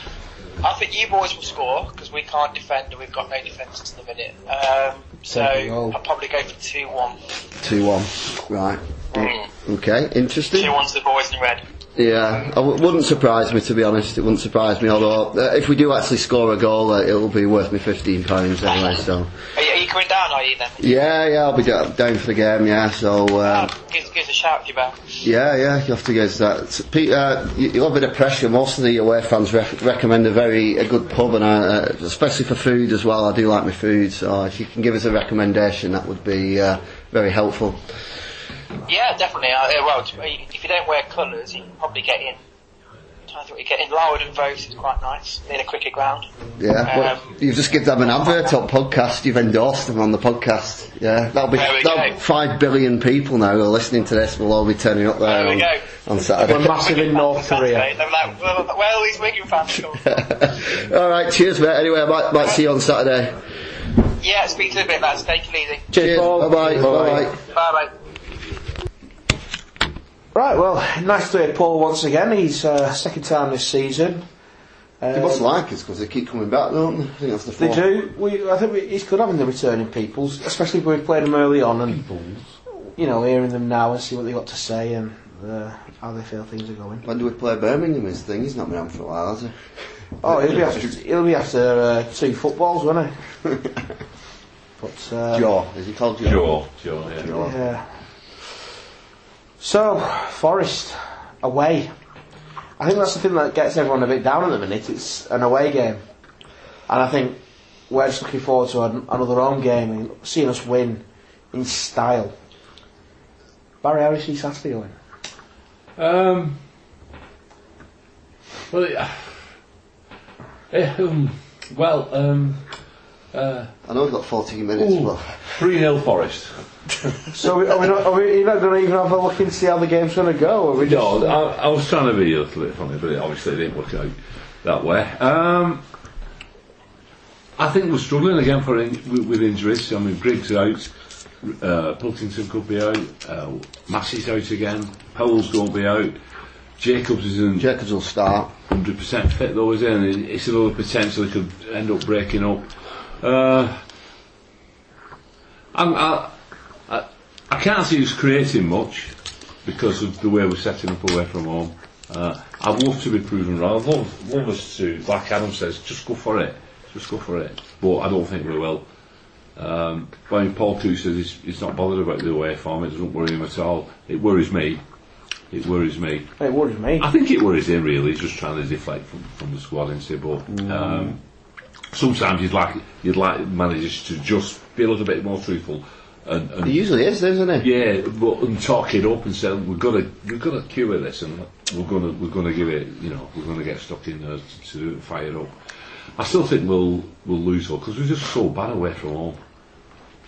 I think you boys will score, because we can't defend and we've got no defence at the minute. Um, so I'll probably go for 2-1. Two one, right? Mm. Okay, interesting. 2-1 to the boys in red. Yeah, it w- wouldn't surprise me to be honest. It wouldn't surprise me. Although uh, if we do actually score a goal, uh, it'll be worth me fifteen pounds anyway. So Are you, are you coming down, are you, then? yeah, yeah, I'll be da- down for the game. Yeah, so um, Uh, give, give us a shout if you're back. yeah, yeah, you have to go to that. Pete, uh, you, you'll have a bit of pressure. Most of the away fans rec- recommend a very a good pub, and uh, uh, especially for food as well. I do like my food, so if you can give us a recommendation, that would be uh, very helpful. Yeah, definitely. Uh, yeah, well, t- if you don't wear colours, you can probably get in. I think you get in lowered and vote is quite nice, in a cricket ground. Yeah, well, Um, you've just give them an advert on podcast. You've endorsed them on the podcast. Yeah, that'll be There we that'll go. five billion people now who are listening to this. will all be turning up there There we on, go. on We're Saturday. massive in North Korea. Saturday, They're like, well, where are all these Wigan fans coming from? all right, cheers, mate. Anyway, I might, might see you on Saturday. Yeah, speak to you a bit, lads. Take it easy. Cheers. Paul. Bye Bye. bye. Bye bye. Bye, mate. Right, well, nice to hear Paul once again. He's uh, second time this season. Um, They must like us because they keep coming back, don't they? I think that's the They fourth- do. We, I think we, it's good having the returning peoples, especially if we played them early on and you know hearing them now and see what they got to say and uh, how they feel things are going. When do we play Birmingham? His thing. He's not been on for a while, has he? Oh, he'll be after he'll be after uh, two footballs, won't he? but uh, Jaw. Is he called Jaw? Sure, sure, yeah. Jaw. yeah. So Forest away. I think that's the thing that gets everyone a bit down at the minute. It's an away game, and I think we're just looking forward to an, another home game and seeing us win in style. Barry, how do you see Saturday going? Um, well, yeah. Eh, um, well, um, I know we've got 14 minutes, Ooh. but 3 0 Forest. So are we, are we not, are we, you're not going to even have a look and see how the game's going to go? Are we just, No, I, I was trying to be a little bit funny, but it obviously didn't work out that way. Um, I think we're struggling again for in, with, with injuries. I mean, Griggs out, uh, Pilkington could be out, uh, Massey's out again, Powell's going to be out, Jacobs is in Jacobs will start. hundred percent fit though, isn't it? And It's another potential that could end up breaking up. Uh, I'm, I, I, I can't see us creating much because of the way we're setting up away from home. Uh, I'd love to be proven wrong. I'd love, love us to, like Adam says, just go for it. Just go for it. But I don't think we will. Um, but I mean, Paul Coo says he's, he's not bothered about the away form. It doesn't worry him at all. It worries me. It worries me. it worries me. I think it worries him really. He's just trying to deflect from, from the squad and say, but um, sometimes you'd like you'd like managers to just be a little bit more truthful and, He and usually is, isn't he? yeah, but and talk it up and say we're gonna we're gonna cure this and we're gonna we're gonna give it you know we're gonna get stuck in there to, to do it and fire it up. I still think we'll we'll lose all because we're just so bad away from home.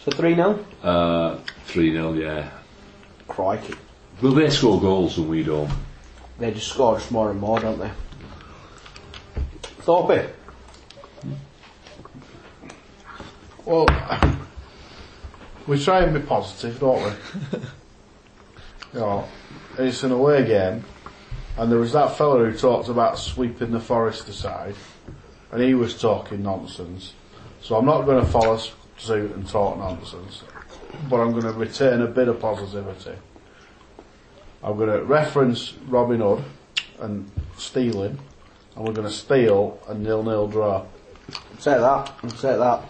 So 3 0? Uh, Three 0 yeah. Crikey. Will they score goals and we don't? They just score just more and more, don't they? Thorpe, Well, we try and be positive, don't we? you know, it's an away game, and there was that fella who talked about sweeping the forest aside, and he was talking nonsense. So I'm not going to follow suit and talk nonsense, but I'm going to retain a bit of positivity. I'm going to reference Robin Hood and stealing, and we're going to steal a nil-nil draw. take that, I'll take that.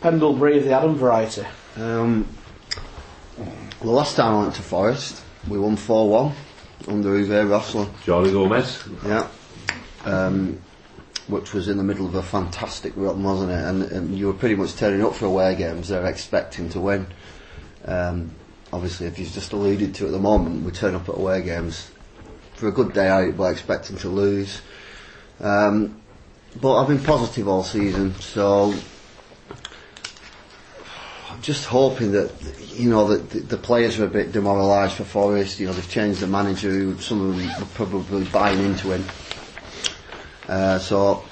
Pendlebury is the Adam variety. Um, the last time I went to Forest, we won 4 1 under Uwe Rossler. Jordi Gomez. Yeah. Um, which was in the middle of a fantastic run, wasn't it? And, and you were pretty much tearing up for away games. They're expecting to win. Um, obviously, if you've just alluded to at the moment, we turn up at away games for a good day out by expecting to lose. Um, but I've been positive all season, so I'm just hoping that you know that the, the players were a bit demoralised for Forest. You know they've changed the manager. Who some of them were probably buying into him. Uh, so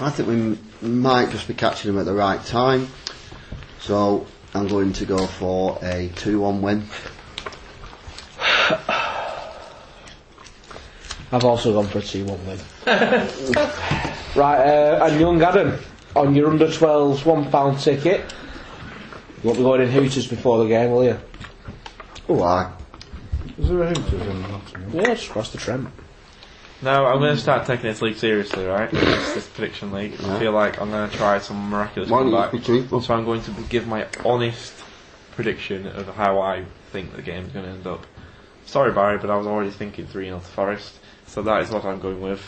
I think we m- might just be catching them at the right time. So I'm going to go for a two-one win. I've also gone for a 2 1 win. right, uh, and young Adam, on your under 12s £1 ticket, you won't be going in hooters before the game, will you? Oh, I Is there a Hooters in Nottingham? Yeah, just across the Trent. Now I'm going to start taking this league seriously, right? This, this prediction league. I feel like I'm going to try some miraculous Why don't you comeback. speak to me? So I'm going to give my honest prediction of how I think the game's going to end up. Sorry, Barry, but I was already thinking 3 0 to Forest, so that is what I'm going with.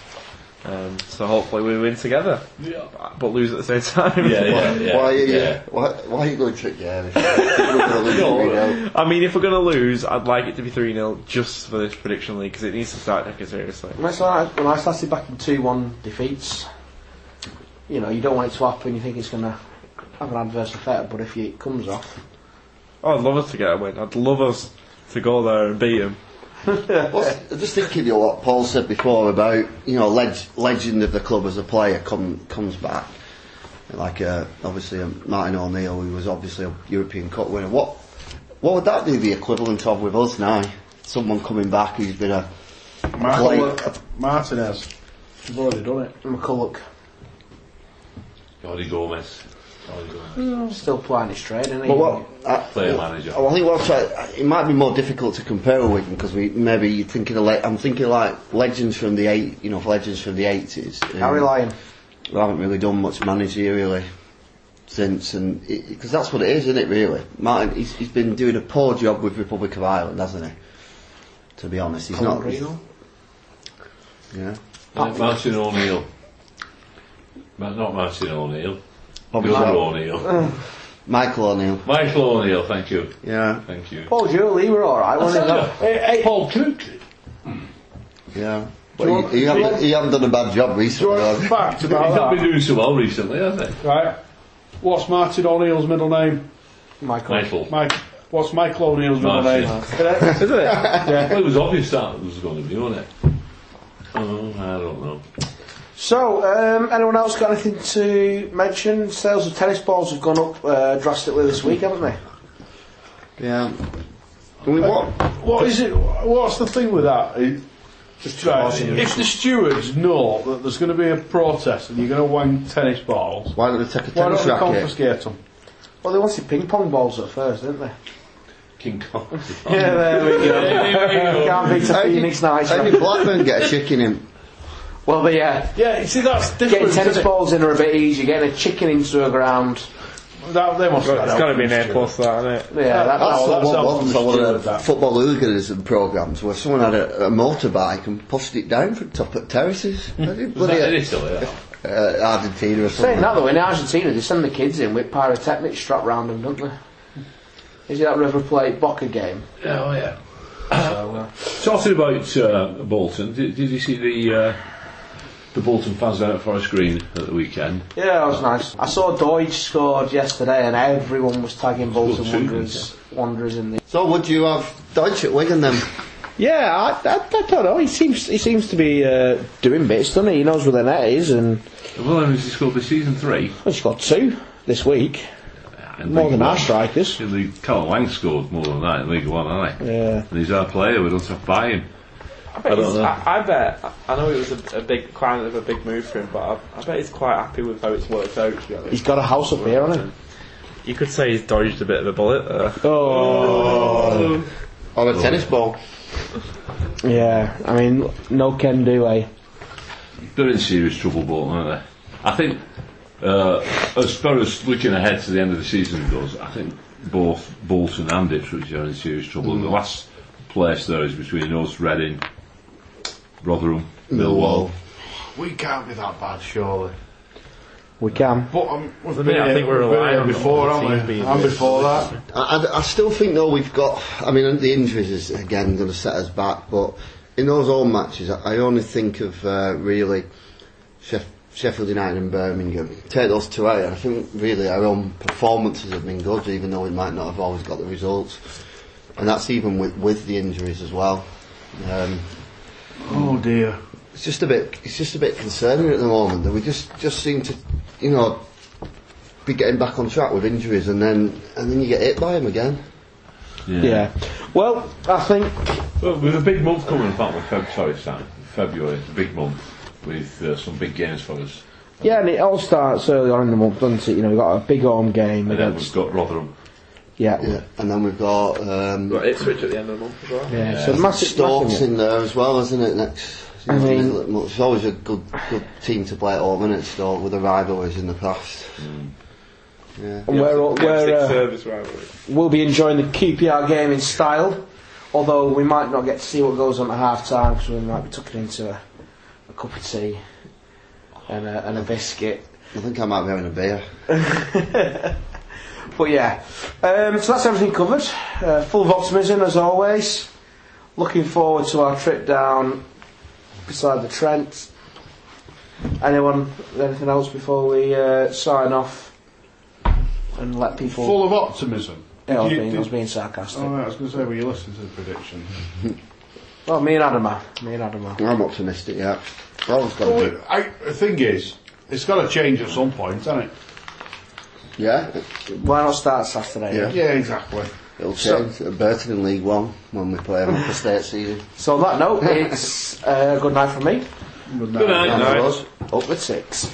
Um, so hopefully we win together, Yeah. but lose at the same time. yeah, uh, why, are you, why, why are you going to yeah? no, I mean, if we're going to lose, I'd like it to be 3 0 just for this prediction league because it needs to start taking seriously. When I started, when I started back in 2 1 defeats, you know, you don't want it to happen, you think it's going to have an adverse effect, but if it comes off, Oh, I'd love us to get a win. I'd love us to go there and beat them. Well, I'm just thinking of what Paul said before about you know leg- legend of the club as a player come, comes back. Like uh, obviously um, Martin O'Neill, who was obviously a European Cup winner. What what would that be the equivalent of with us now? Someone coming back who's been a Martin, Martinez. You've already done it. McCulloch Jordi Gomez. Jordi Gomez. still playing his trade, isn't he? but what I, Player manager. Uh, I think what I'm trying, it might be more difficult to compare with Wigan because we maybe you're thinking of le- I'm thinking like legends from the eight you know legends from the eighties. Harry Lyon. we haven't really done much managerially since, and because that's what it is, isn't it? Really, Martin, he's, he's been doing a poor job with Republic of Ireland, hasn't he? To be honest, he's not. Pellegrino. Yeah, Not Martin O'Neill. Ma- Not Martin O'Neill. Bobby Bill Lau- O'Neill. Michael O'Neill. Michael O'Neill, thank you. Yeah, Thank you. Paul Julie were alright, wasn't That's he? Eh, eh, Paul Cook. yeah. you But want- he, he, do you haven't, want- he haven't done a bad Do job you recently. want has a he? fact He's not about been that? doing so well recently, has he? Right. What's Martin O'Neill's middle name? Michael. Michael. Mike. What's Michael O'Neill's middle Martin. name? Is it? Well, it was obvious that was going to be, wasn't it? Oh, I don't know. So, um, anyone else got anything to mention? Sales of tennis balls have gone up uh, drastically this week, haven't they? Yeah. And we what? What is it? What's the thing with that? It- Right, if the stewards know that there's going to be a protest and you're going to wang tennis balls, Why don't they take a why don't tennis they racket? confiscate them? Well, they wanted ping pong balls at first, didn't they? King Kong. Yeah, there we go. Can't beat a How did- Phoenix Nights. How did Blackburn get a chicken in? Well, the uh, Yeah, you see, that's different. getting tennis isn't it? balls in are a bit easier. Getting a chicken into a ground, That, they must It's got to be an A plus, that, isn't it? yeah, that, That's Oh, what that sounds one was for one of stupid, the that. football hooliganism programmes where someone had a, a motorbike and pushed it down from top of terraces. Bloody, Was that in bloody, Italy? that? uh, Argentina or Saying something. that though, in Argentina they send the kids in with pyrotechnics strapped round them, don't they? Is it that River Plate Boca game? Yeah, Oh, yeah. So, uh, Talking about uh, Bolton, did, did you see the uh, the Bolton fans down at Forest Green at the weekend? yeah, it was nice. I saw Deutsch scored yesterday, and everyone was tagging Bolton two, Wanderers, Wanderers in the. So would you have Deutsch at Wigan then? Yeah, I, I, I don't know. He seems he seems to be uh, doing bits, doesn't he? He knows where the net is, and Well, then, has he scored for season three? he's got two this week, In more League than One. our strikers. Uh, In League, Callum Lang scored more than that in League One, hasn't he? Yeah. And he's our player. We don't have to buy him. I bet. I don't he's, know. I, I bet. I- I know it was a, a big, kind of a big move for him, but I, I bet he's quite happy with how it's worked out. To be honest. He's got a house up here, hasn't he? You could say he's dodged a bit of a bullet uh, there. Oh. On a tennis ball? Yeah, I mean, no can do, eh? They're in serious trouble, Bolton, aren't they? I think, uh, as far as looking ahead to the end of the season goes, I think both Bolton and Ipswich are in serious Mm. trouble. The last place there is between us, Reading, Rotherham, Millwall. We can't be that bad, surely. We can. But um, we've been minute, I here- think we're we've been here relying on before, the team haven't we? being And good. before that, I, I- I still think though we've got. I mean, the injuries is again going to set us back, but in those home matches, I, I only think of uh, really Sheff- Sheffield United and Birmingham. Take those two out, and I think really our own performances have been good, even though we might not have always got the results, and that's even with with the injuries as well. Um, oh dear. it's just a bit it's just a bit concerning at the moment that we just just seem to you know be getting back on track with injuries and then and then you get hit by them again. Yeah. Well, I think Well, we've a big month coming, apart with Feb- sorry, Sam, February, it's a big month with uh, some big games for us. yeah, and it all starts early on in the month, doesn't it? You know, we got a big home game And then we've against got Rotherham. yeah, yeah. Yeah, and then we've got um, But Ipswich at the end of the month as well. So massive, Storks massive in there as well, isn't it? Next, I mean- it's always a good good team to play at home, isn't it? Stork with the rivalries in the past. Mm. Yeah. and we're, all- we're Six uh, service rivalry. we'll be enjoying the QPR game in style, although we might not get to see what goes on at half time because we might be tucking into a, a cup of tea and a, and a biscuit. I think I might be having a beer. But yeah, um, so that's everything covered. Uh, full of optimism as always. Looking forward to our trip down beside the Trent. Anyone, anything else before we uh, sign off and let people? Full of optimism. Yeah, I was You being, I did- was being sarcastic. Oh, right, I was going to say, were you listening to the prediction? well, Oh, me and Adam are. Me and Adam are. I'm optimistic. Yeah, Oh, always got to Well, do. I, the thing is, it's got to change at some point, hasn't it? Yeah, Why not start Saturday? Yeah. Yeah, exactly. it'll So- change. Burton in League One when we play them for state season. So on that note, it's uh, good night from me. Good Good night. And for us, Up with six.